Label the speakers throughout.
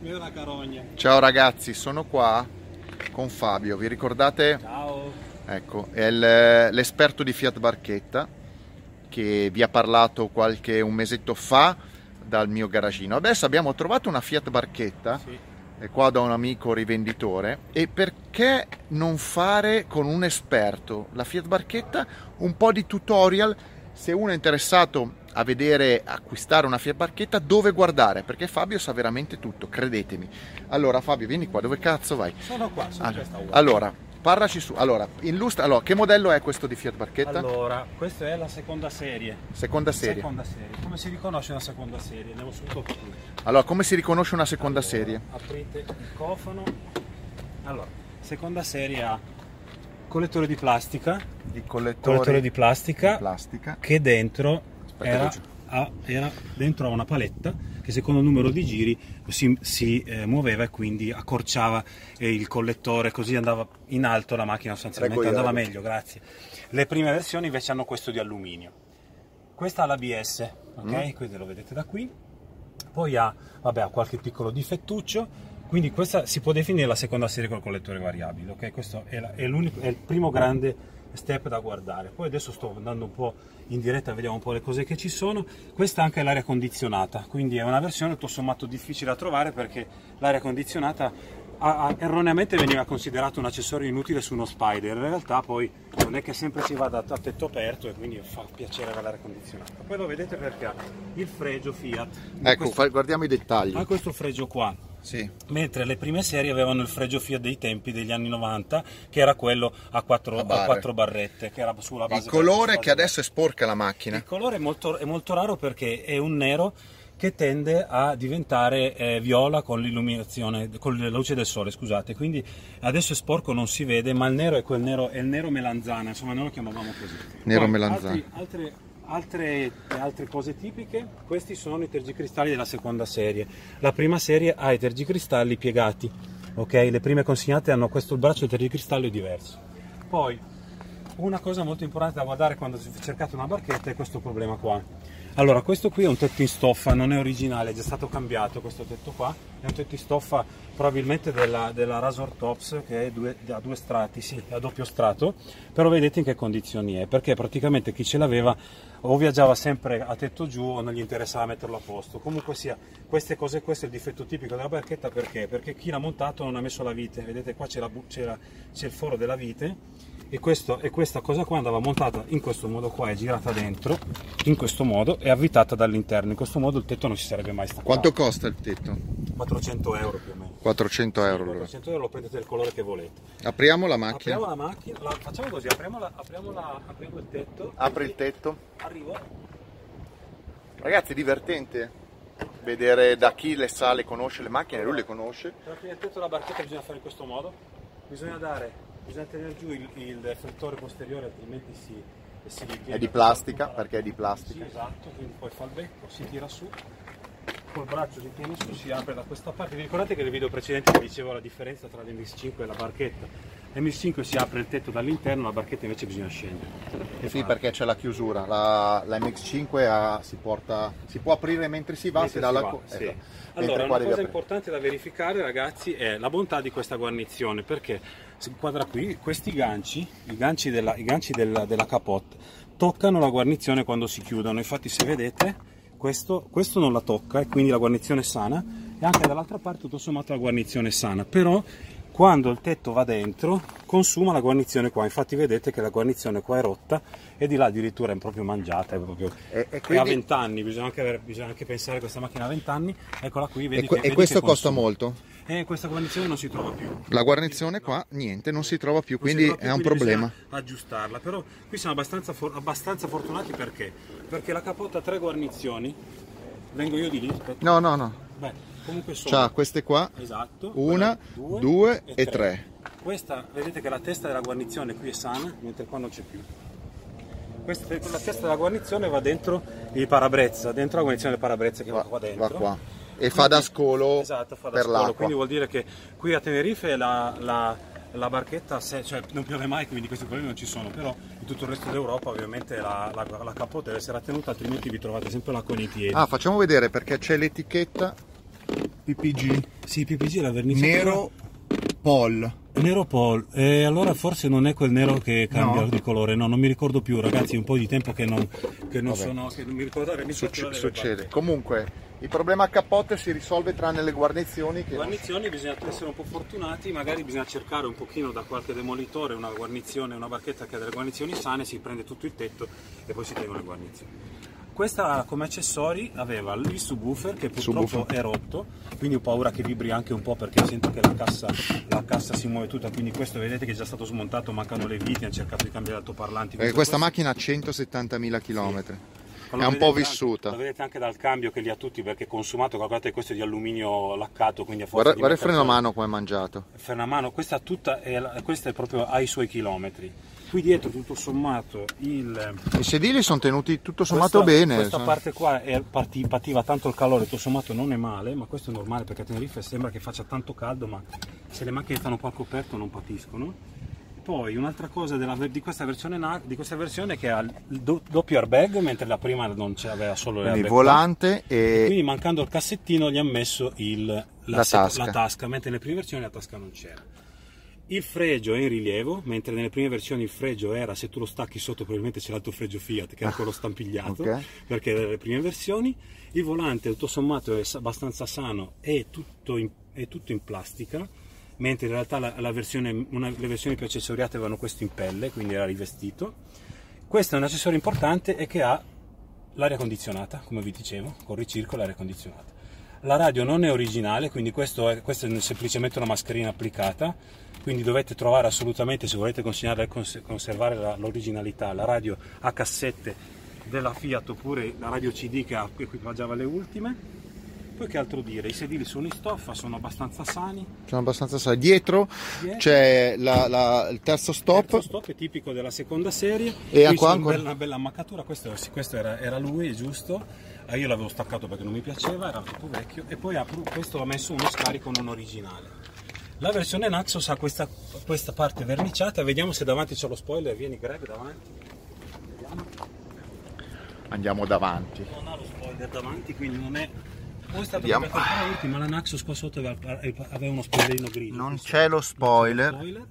Speaker 1: Mira la carogna.
Speaker 2: Ciao ragazzi, sono qua con Fabio, vi ricordate?
Speaker 1: Ciao.
Speaker 2: Ecco, è il- l'esperto di Fiat Barchetta che vi ha parlato qualche un mesetto fa dal mio garagino. Adesso abbiamo trovato una Fiat Barchetta
Speaker 1: Sì.
Speaker 2: e qua da un amico rivenditore e perché non fare con un esperto la Fiat Barchetta un po' di tutorial se uno è interessato a vedere acquistare una Fiat Barchetta dove guardare perché Fabio sa veramente tutto credetemi allora Fabio vieni qua dove cazzo vai
Speaker 1: Sono qua, sono
Speaker 2: Ah,
Speaker 1: in questa uova.
Speaker 2: allora parlaci su allora illustra allora che modello è questo di Fiat Barchetta
Speaker 1: Allora, questa è la seconda serie.
Speaker 2: seconda serie
Speaker 1: Seconda serie. Come si riconosce una seconda serie? Andiamo subito per qui.
Speaker 2: allora come si riconosce una seconda
Speaker 1: Allora,
Speaker 2: serie
Speaker 1: Aprite il cofano. Allora, seconda serie ha collettore di plastica,
Speaker 2: di collettore,
Speaker 1: collettore di plastica
Speaker 2: plastica
Speaker 1: che dentro
Speaker 2: Aspetta,
Speaker 1: era,
Speaker 2: faccio-
Speaker 1: ha- era dentro a una paletta che secondo il numero di giri si, si, eh, muoveva e quindi accorciava eh, il collettore così andava in alto la macchina sostanzialmente
Speaker 2: Prego,
Speaker 1: andava
Speaker 2: Iago.
Speaker 1: meglio grazie le prime versioni invece hanno questo di alluminio questa ha l'ABS ok quindi lo vedete da qui poi ha, vabbè, ha qualche piccolo difettuccio quindi questa si può definire la seconda serie col collettore variabile ok questo è, la- è l'unico- è il primo grande step da guardare poi adesso sto andando un po' in diretta vediamo un po' le cose che ci sono questa anche è l'aria condizionata quindi è una versione tutto sommato difficile da trovare perché l'aria condizionata ha- ha- erroneamente veniva considerato un accessorio inutile su uno spider in realtà poi non è che sempre si vada a tetto aperto e quindi fa piacere avere l'aria condizionata poi lo vedete perché ha il fregio Fiat
Speaker 2: ecco
Speaker 1: Questo-
Speaker 2: fa- guardiamo i dettagli
Speaker 1: ha questo fregio qua
Speaker 2: sì
Speaker 1: mentre le prime serie avevano il fregio Fiat dei tempi degli anni 90 che era quello a quattro,
Speaker 2: A
Speaker 1: a
Speaker 2: barre.
Speaker 1: quattro barrette che era sulla base
Speaker 2: il colore
Speaker 1: sulla
Speaker 2: che
Speaker 1: base-
Speaker 2: adesso è sporca la macchina
Speaker 1: il colore è molto, è molto raro perché è un nero che tende a diventare eh, viola con l'illuminazione, con la luce del sole, scusate. Quindi adesso è sporco, non si vede, ma il nero è quel nero, è il nero melanzana, insomma noi lo chiamavamo così.
Speaker 2: Nero
Speaker 1: Poi,
Speaker 2: melanzana.
Speaker 1: altri- altre, altre- altre cose tipiche, questi sono i tergicristalli della seconda serie. La prima serie ha i tergicristalli piegati, ok? Le prime consignate hanno questo, il braccio del tergicristallo è diverso. Poi una cosa molto importante da guardare quando si- cercate una barchetta è questo problema qua. Allora, questo qui è un tetto in stoffa, non è originale, è già stato cambiato questo tetto qua. È un tetto in stoffa probabilmente della, della Razor Tops che è due- ha due strati, sì, è a doppio strato, però vedete in che condizioni è, perché praticamente chi ce l'aveva o viaggiava sempre a tetto giù o non gli interessava metterlo a posto. Comunque sia, queste cose, questo è il difetto tipico della barchetta perché? Perché chi l'ha montato non ha messo la vite, vedete qua c'è, la bu- c'è la- c'è il foro della vite e, questo- e questa cosa qua andava montata in questo modo qua e girata dentro in questo modo e avvitata dall'interno in questo modo il tetto non si sarebbe mai staccato
Speaker 2: quanto costa il tetto
Speaker 1: 400 euro più o meno
Speaker 2: 400 euro allora.
Speaker 1: 400 euro lo prendete del colore che volete
Speaker 2: apriamo la macchina
Speaker 1: apriamo la macchina la- facciamo così apriamo, la- apriamo la- apriamo il tetto
Speaker 2: apri il tetto
Speaker 1: arrivo
Speaker 2: Ragazzi, è divertente
Speaker 1: eh,
Speaker 2: vedere da chi le sa, le conosce le macchine, lui le conosce.
Speaker 1: per aprire il tetto della barchetta bisogna fare in questo modo bisogna dare bisogna tenere giù il, il riflettore posteriore altrimenti si, si ripiega
Speaker 2: È di plastica, perché è di plastica.
Speaker 1: Sì, esatto, quindi poi fa il becco, si tira su, col braccio si tiene su, si apre da questa parte. Vi ricordate che nel video precedente vi dicevo la differenza tra l'MX5 e la barchetta? L'MX5 si apre il tetto dall'interno, la barchetta invece bisogna scendere. E
Speaker 2: Eh Sì,
Speaker 1: fa-
Speaker 2: perché c'è la chiusura, la, la MX5 ha- si, porta, si può aprire mentre si va,
Speaker 1: Mentre
Speaker 2: si dà
Speaker 1: si
Speaker 2: la
Speaker 1: va,
Speaker 2: co-
Speaker 1: sì.
Speaker 2: esatto. Mentre
Speaker 1: Allora, una
Speaker 2: qua devi
Speaker 1: cosa
Speaker 2: aprire.
Speaker 1: importante da verificare, ragazzi, è la bontà di questa guarnizione, perché si inquadra qui, questi ganci, i ganci della, i ganci della- della capote, toccano la guarnizione quando si chiudono. Infatti, se vedete, questo, questo non la tocca e quindi la guarnizione è sana, e anche dall'altra parte, tutto sommato, la guarnizione è sana. Però, quando il tetto va dentro, consuma la guarnizione qua. Infatti, vedete che la guarnizione qua è rotta e di là addirittura è proprio mangiata, è proprio
Speaker 2: E, e
Speaker 1: e ha
Speaker 2: quindi-
Speaker 1: 20 anni, bisogna anche, avere- bisogna anche pensare a questa macchina a 20 anni, eccola qui, vedi
Speaker 2: e que-
Speaker 1: che-
Speaker 2: e
Speaker 1: vedi
Speaker 2: questo
Speaker 1: che
Speaker 2: costa
Speaker 1: consuma.
Speaker 2: molto?
Speaker 1: Eh, questa guarnizione non si trova più. Non
Speaker 2: La guarnizione qua, niente, non si trova più,
Speaker 1: si
Speaker 2: quindi
Speaker 1: trova più,
Speaker 2: è un
Speaker 1: quindi
Speaker 2: problema.
Speaker 1: bisogna Aggiustarla, però qui siamo abbastanza, for- abbastanza fortunati perché? Perché la capotta ha tre guarnizioni, vengo io di lì, aspetta.
Speaker 2: No, no, no.
Speaker 1: Beh, comunque sono...
Speaker 2: C'ha queste qua,
Speaker 1: Esatto.
Speaker 2: Una,
Speaker 1: quella-
Speaker 2: due e tre.
Speaker 1: Questa, vedete che la testa della guarnizione qui è sana, mentre qua non c'è più. Questa, la testa della guarnizione va dentro il parabrezza, dentro la guarnizione del parabrezza che va,
Speaker 2: va,
Speaker 1: qua dentro.
Speaker 2: va qua. E fa da scolo
Speaker 1: Esatto, fa da
Speaker 2: per
Speaker 1: scolo,
Speaker 2: l'acqua.
Speaker 1: quindi vuol dire che qui a Tenerife la, la- la barchetta, se- cioè non piove mai, quindi questi problemi non ci sono, però in tutto il resto d'Europa ovviamente la, la, la capota deve essere tenuta, altrimenti vi trovate sempre là con i piedi.
Speaker 2: Ah, facciamo vedere perché c'è l'etichetta
Speaker 3: PPG
Speaker 1: Sì, PPG è la verniciatura.
Speaker 3: nero Paul.
Speaker 1: Nero Paul, e allora forse non è quel nero che cambia
Speaker 3: No.
Speaker 1: di colore, no, non mi ricordo più, ragazzi, è un po' di tempo che non, che non
Speaker 2: Vabbè.
Speaker 1: sono, che non mi ricordavo. mi
Speaker 2: Succe-
Speaker 1: ricordavo le
Speaker 2: succede.
Speaker 1: batte.
Speaker 2: Comunque, il problema a capote si risolve tranne le guarnizioni che...
Speaker 1: Guarnizioni bisogna essere un po' fortunati, magari bisogna cercare un pochino da qualche demolitore una guarnizione, una barchetta che ha delle guarnizioni sane, si prende tutto il tetto e poi si tengono le guarnizioni. Questa come accessori aveva il subwoofer che purtroppo
Speaker 2: Subwoofer.
Speaker 1: è rotto, quindi ho paura che vibri anche un po' perché sento che la cassa, la cassa si muove tutta, quindi questo vedete che è già stato smontato, mancano le viti, hanno cercato di cambiare altoparlanti.
Speaker 2: Eh,
Speaker 1: tutto
Speaker 2: questa
Speaker 1: questo.
Speaker 2: macchina ha 170.000 km.
Speaker 1: Ma lo
Speaker 2: È un
Speaker 1: vedete
Speaker 2: po'
Speaker 1: anche-
Speaker 2: vissuta.
Speaker 1: lo vedete anche dal cambio che li ha tutti perché è consumato, calcolate che questo è di alluminio laccato, quindi a forza
Speaker 2: Guarda,
Speaker 1: di
Speaker 2: guarda il freno a
Speaker 1: metterlo-
Speaker 2: mano come è mangiato.
Speaker 1: Fernamano, questa, tutta è, la- questa è proprio ai suoi chilometri. Qui dietro tutto sommato il...
Speaker 2: I sedili sono tenuti tutto sommato
Speaker 1: questa-
Speaker 2: bene. cioè.
Speaker 1: Questa
Speaker 2: sono-
Speaker 1: parte qua è parti- pativa tanto il calore, tutto sommato non è male, ma questo è normale perché a Tenerife sembra che faccia tanto caldo, ma se le macchine stanno qua al coperto non patiscono. Poi un'altra cosa della ver- di, questa versione, na- di questa versione è che ha il do- doppio airbag, mentre la prima non c'aveva solo le
Speaker 2: Quindi
Speaker 1: airbag.
Speaker 2: volante e...
Speaker 1: Quindi mancando il cassettino gli hanno messo il- la,
Speaker 2: La
Speaker 1: se-
Speaker 2: tasca.
Speaker 1: la tasca, mentre nelle prime versioni la tasca non c'era. Il fregio è in rilievo, mentre nelle prime versioni il fregio era, se tu lo stacchi sotto probabilmente c'è l'altro fregio Fiat, che era quello stampigliato,
Speaker 2: ok.
Speaker 1: perché era le prime versioni. Il volante tutto sommato è sa- abbastanza sano e tutto in, è tutto in plastica, mentre in realtà la- la versione- una- le versioni più accessoriate avevano questo in pelle, quindi era rivestito. Questo è un accessorio importante è che ha l'aria condizionata, come vi dicevo, con ricircolo e aria condizionata. La radio non è originale, quindi questo è- questa è semplicemente una mascherina applicata, quindi dovete trovare assolutamente, se volete consegnare- cons- conservare la- l'originalità, la radio a cassette della Fiat oppure la radio CD che ha- che equipaggiava le ultime. Poi che altro dire? I sedili sono in stoffa, sono abbastanza sani.
Speaker 2: Sono abbastanza sai. Dietro
Speaker 1: Dietro.
Speaker 2: c'è la- la- il terzo stop.
Speaker 1: Terzo stop è tipico della seconda serie.
Speaker 2: E
Speaker 1: Qui
Speaker 2: a qua
Speaker 1: c'è
Speaker 2: ancora?
Speaker 1: Una, bella, una bella ammaccatura, questo, sì, questo era, era lui, è giusto. Ah, io l'avevo staccato perché non mi piaceva, era troppo vecchio. E poi ha pr- questo ha messo uno scarico non originale. La versione Naxos ha questa, questa parte verniciata, vediamo se davanti c'è lo spoiler. Vieni Greg davanti. Vediamo.
Speaker 2: Andiamo davanti.
Speaker 1: Non ha lo spoiler davanti, quindi non è. Poi è stato
Speaker 2: Vediamo.
Speaker 1: cambiato ancora l'ultima, la Naxos qua sotto aveva, aveva uno spoilerino grigio.
Speaker 2: Non
Speaker 1: Questo-
Speaker 2: c'è lo
Speaker 1: non
Speaker 2: spoiler.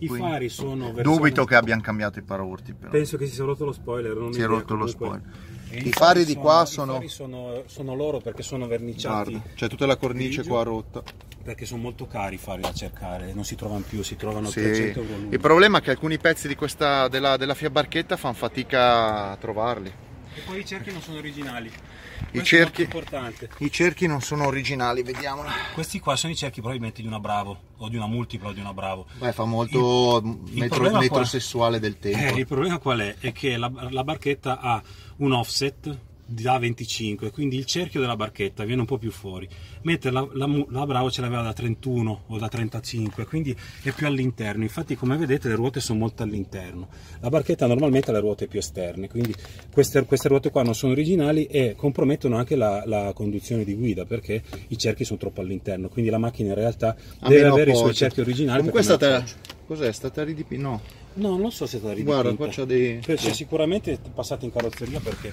Speaker 1: I
Speaker 2: Quindi-
Speaker 1: fari sono
Speaker 2: Dubito
Speaker 1: versione-
Speaker 2: che abbiano cambiato i paraurti però.
Speaker 1: Penso che si sia rotto lo spoiler. Non ho
Speaker 2: Si è
Speaker 1: idea,
Speaker 2: rotto lo
Speaker 1: comunque.
Speaker 2: spoiler.
Speaker 1: E
Speaker 2: I fari di qua sono-
Speaker 1: I fari sono, sono loro perché sono verniciati.
Speaker 2: Guarda, c'è tutta la cornice
Speaker 1: grigio,
Speaker 2: qua rotta.
Speaker 1: Perché sono molto cari i fari da cercare, non si trovano più, si trovano
Speaker 2: Sì.
Speaker 1: 300 euro l'uno.
Speaker 2: Il problema è che alcuni pezzi di questa, della, della Fiat Barchetta fanno fatica a trovarli.
Speaker 1: E poi i cerchi non sono originali.
Speaker 2: I
Speaker 1: Questo
Speaker 2: cerchi-
Speaker 1: è molto importante.
Speaker 2: I cerchi non sono originali, vediamola.
Speaker 1: Questi qua sono i cerchi probabilmente di una Bravo, o di una multipla o di una Bravo.
Speaker 2: Beh, fa molto
Speaker 1: il
Speaker 2: metro,
Speaker 1: problema
Speaker 2: metrosessuale del
Speaker 1: Eh,
Speaker 2: tempo.
Speaker 1: il problema qual è? È che la, la barchetta ha un offset da 25, quindi il cerchio della barchetta viene un po' più fuori, mentre la, la mu- la Bravo ce l'aveva da 31 o da 35, quindi è più all'interno. Infatti, come vedete, le ruote sono molto all'interno. La barchetta normalmente ha le ruote più esterne, quindi queste, queste ruote qua non sono originali e compromettono anche la, la conduzione di guida perché i cerchi sono troppo all'interno. Quindi la macchina in realtà
Speaker 2: A
Speaker 1: deve
Speaker 2: meno
Speaker 1: avere i suoi
Speaker 2: appoggio.
Speaker 1: cerchi originali.
Speaker 2: Comunque è
Speaker 1: perché non
Speaker 2: stata...
Speaker 1: ha appoggio.
Speaker 2: Cos'è? È stata ridipinta? No.
Speaker 1: No, non so se è stata ridipinta.
Speaker 2: Guarda, qua c'ha dei...
Speaker 1: Cioè, c'è sicuramente passato in carrozzeria perché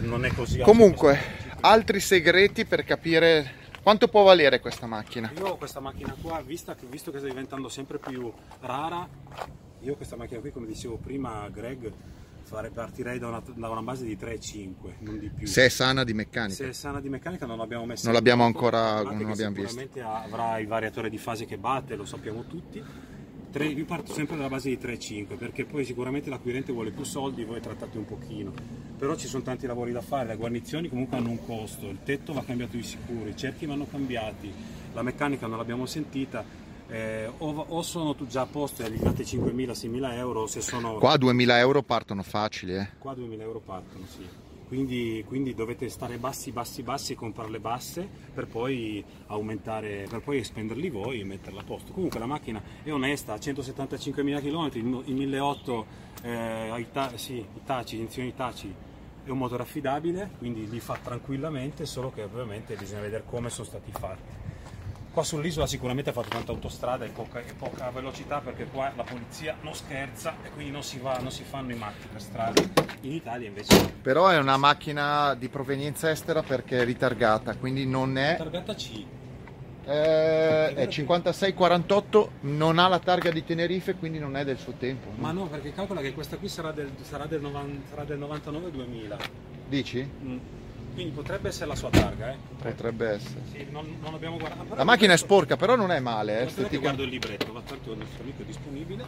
Speaker 1: non è così.
Speaker 2: Comunque, altri segreti per capire quanto può valere questa macchina.
Speaker 1: io questa macchina qua, vista che- visto che sta diventando sempre più rara, io questa macchina qui, come dicevo prima, a Greg, fare- partirei da una, da una base di 3,5, non di più.
Speaker 2: Se è sana di
Speaker 1: Se
Speaker 2: meccanica.
Speaker 1: è sana di meccanica non l'abbiamo messa.
Speaker 2: Non
Speaker 1: in
Speaker 2: l'abbiamo
Speaker 1: gioco,
Speaker 2: ancora-
Speaker 1: calcolate
Speaker 2: non
Speaker 1: che
Speaker 2: l'abbiamo vista.
Speaker 1: Sicuramente avrà il variatore di fase che batte, lo sappiamo tutti. Tre- io parto sempre dalla base di 3,5 perché poi sicuramente l'acquirente vuole più soldi, voi trattate un pochino. Però ci sono tanti lavori da fare, le guarnizioni comunque hanno un costo, il tetto va cambiato di sicuro, i cerchi vanno cambiati, la meccanica non l'abbiamo sentita. eh, o, va- o sono tu- già a posto e gli date 5.000-6.000 euro, o se sono
Speaker 2: Qua 2000 euro partono facili, eh.
Speaker 1: Qua 2000 euro partono, sì. Quindi, quindi dovete stare bassi, bassi, bassi e comprarle basse per poi aumentare, per poi spenderli voi e metterla a posto. Comunque la macchina è onesta, ha 175.000 km, i 1.800 eh, Ita- sì, Itachi, inzioni Itachi, è un motore affidabile, quindi li fa tranquillamente, solo che ovviamente bisogna vedere come sono stati fatti. Qua sull'isola sicuramente ha fatto tanta autostrada e poca, e poca velocità perché qua la polizia non scherza e quindi non si, va, non si fanno i matti per strada. In Italia invece
Speaker 2: Però è una macchina di provenienza estera perché è ritargata, quindi non è...
Speaker 1: targata C.
Speaker 2: eh, è 56-48, non ha la targa di Tenerife, quindi non è del suo tempo.
Speaker 1: Ma no, perché calcola che questa qui sarà del, sarà del, novan- sarà del 99-2000.
Speaker 2: Dici?
Speaker 1: Mm. Quindi potrebbe essere la sua targa, eh.
Speaker 2: Potrebbe essere.
Speaker 1: Sì, non, non abbiamo guardato. però-
Speaker 2: La macchina è sporca, però non è male. eh,
Speaker 1: Aspetta che
Speaker 2: esteticamente.
Speaker 1: guardo il libretto, va tanto il nostro amico è disponibile.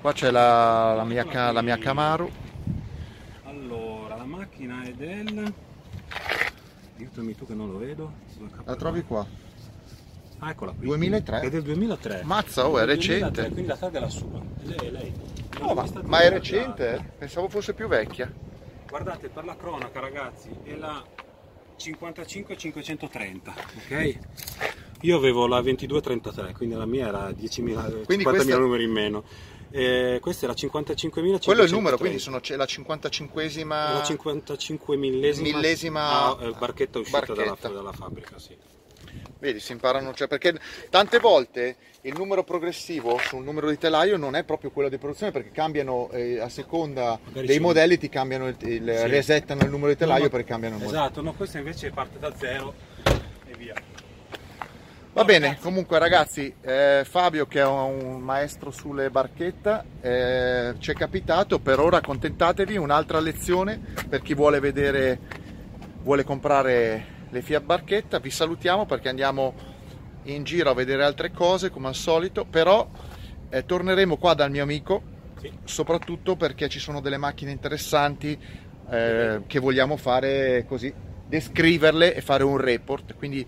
Speaker 2: Qua c'è la, la mia, ca- la mia Camaro.
Speaker 1: Allora, la macchina è del. Aiutami tu che non lo vedo. sulla
Speaker 2: La
Speaker 1: cappola.
Speaker 2: trovi qua.
Speaker 1: Ah, eccola qui.
Speaker 2: 2003.
Speaker 1: È del 2003.
Speaker 2: Mazza, oh, è
Speaker 1: 2003,
Speaker 2: recente.
Speaker 1: Quindi la targa è la sua. È Lei, è lei.
Speaker 2: Oh, ma,
Speaker 1: Questa
Speaker 2: ma è
Speaker 1: targa-
Speaker 2: recente? eh? Pensavo fosse più vecchia.
Speaker 1: Guardate, per la cronaca, ragazzi, è la 55-530, ok? Io avevo la 2233, quindi la mia era 10.000, 50.000
Speaker 2: Quindi questa-
Speaker 1: numeri in meno. Eh, questa è la 55.530.
Speaker 2: Quello è il numero, quindi sono c'è la 55esima.
Speaker 1: È la 55 millesima,
Speaker 2: Eh,
Speaker 1: Ah, eh,
Speaker 2: Millesima-
Speaker 1: barchetta uscita dalla-
Speaker 2: barchetta.
Speaker 1: Dalla, fabbrica, sì.
Speaker 2: Vedi, si imparano, cioè perché tante volte il numero progressivo sul numero di telaio non è proprio quello di produzione perché cambiano eh, a seconda
Speaker 1: Magari
Speaker 2: dei
Speaker 1: c'è un-
Speaker 2: modelli ti cambiano il, il-
Speaker 1: Sì.
Speaker 2: resettano il numero di telaio
Speaker 1: No, ma-
Speaker 2: perché cambiano il modello.
Speaker 1: Esatto, no, questa invece parte da zero e via.
Speaker 2: Va bene, comunque ragazzi, eh, Fabio che è un maestro sulle barchetta, eh, ci è capitato, per ora accontentatevi, un'altra lezione per chi vuole vedere, vuole comprare le Fiat Barchetta, vi salutiamo perché andiamo in giro a vedere altre cose come al solito, però eh, torneremo qua dal mio amico,
Speaker 1: Sì.
Speaker 2: soprattutto perché ci sono delle macchine interessanti eh, che vogliamo fare così, descriverle e fare un report, quindi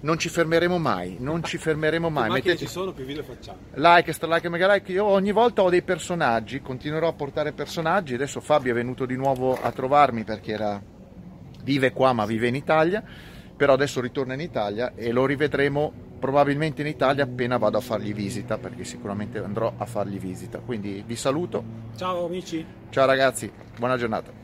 Speaker 2: non ci fermeremo mai, non ci fermeremo mai.
Speaker 1: Più macchine
Speaker 2: Mettete
Speaker 1: ci sono, più video facciamo.
Speaker 2: like, stralike e mega like, io ogni volta ho dei personaggi, continuerò a portare personaggi, adesso Fabio è venuto di nuovo a trovarmi perché era- vive qua ma vive in Italia, però adesso ritorna in Italia e lo rivedremo probabilmente in Italia appena vado a fargli visita, perché sicuramente andrò a fargli visita. Quindi vi saluto,
Speaker 1: Ciao amici!
Speaker 2: ciao ragazzi, buona giornata.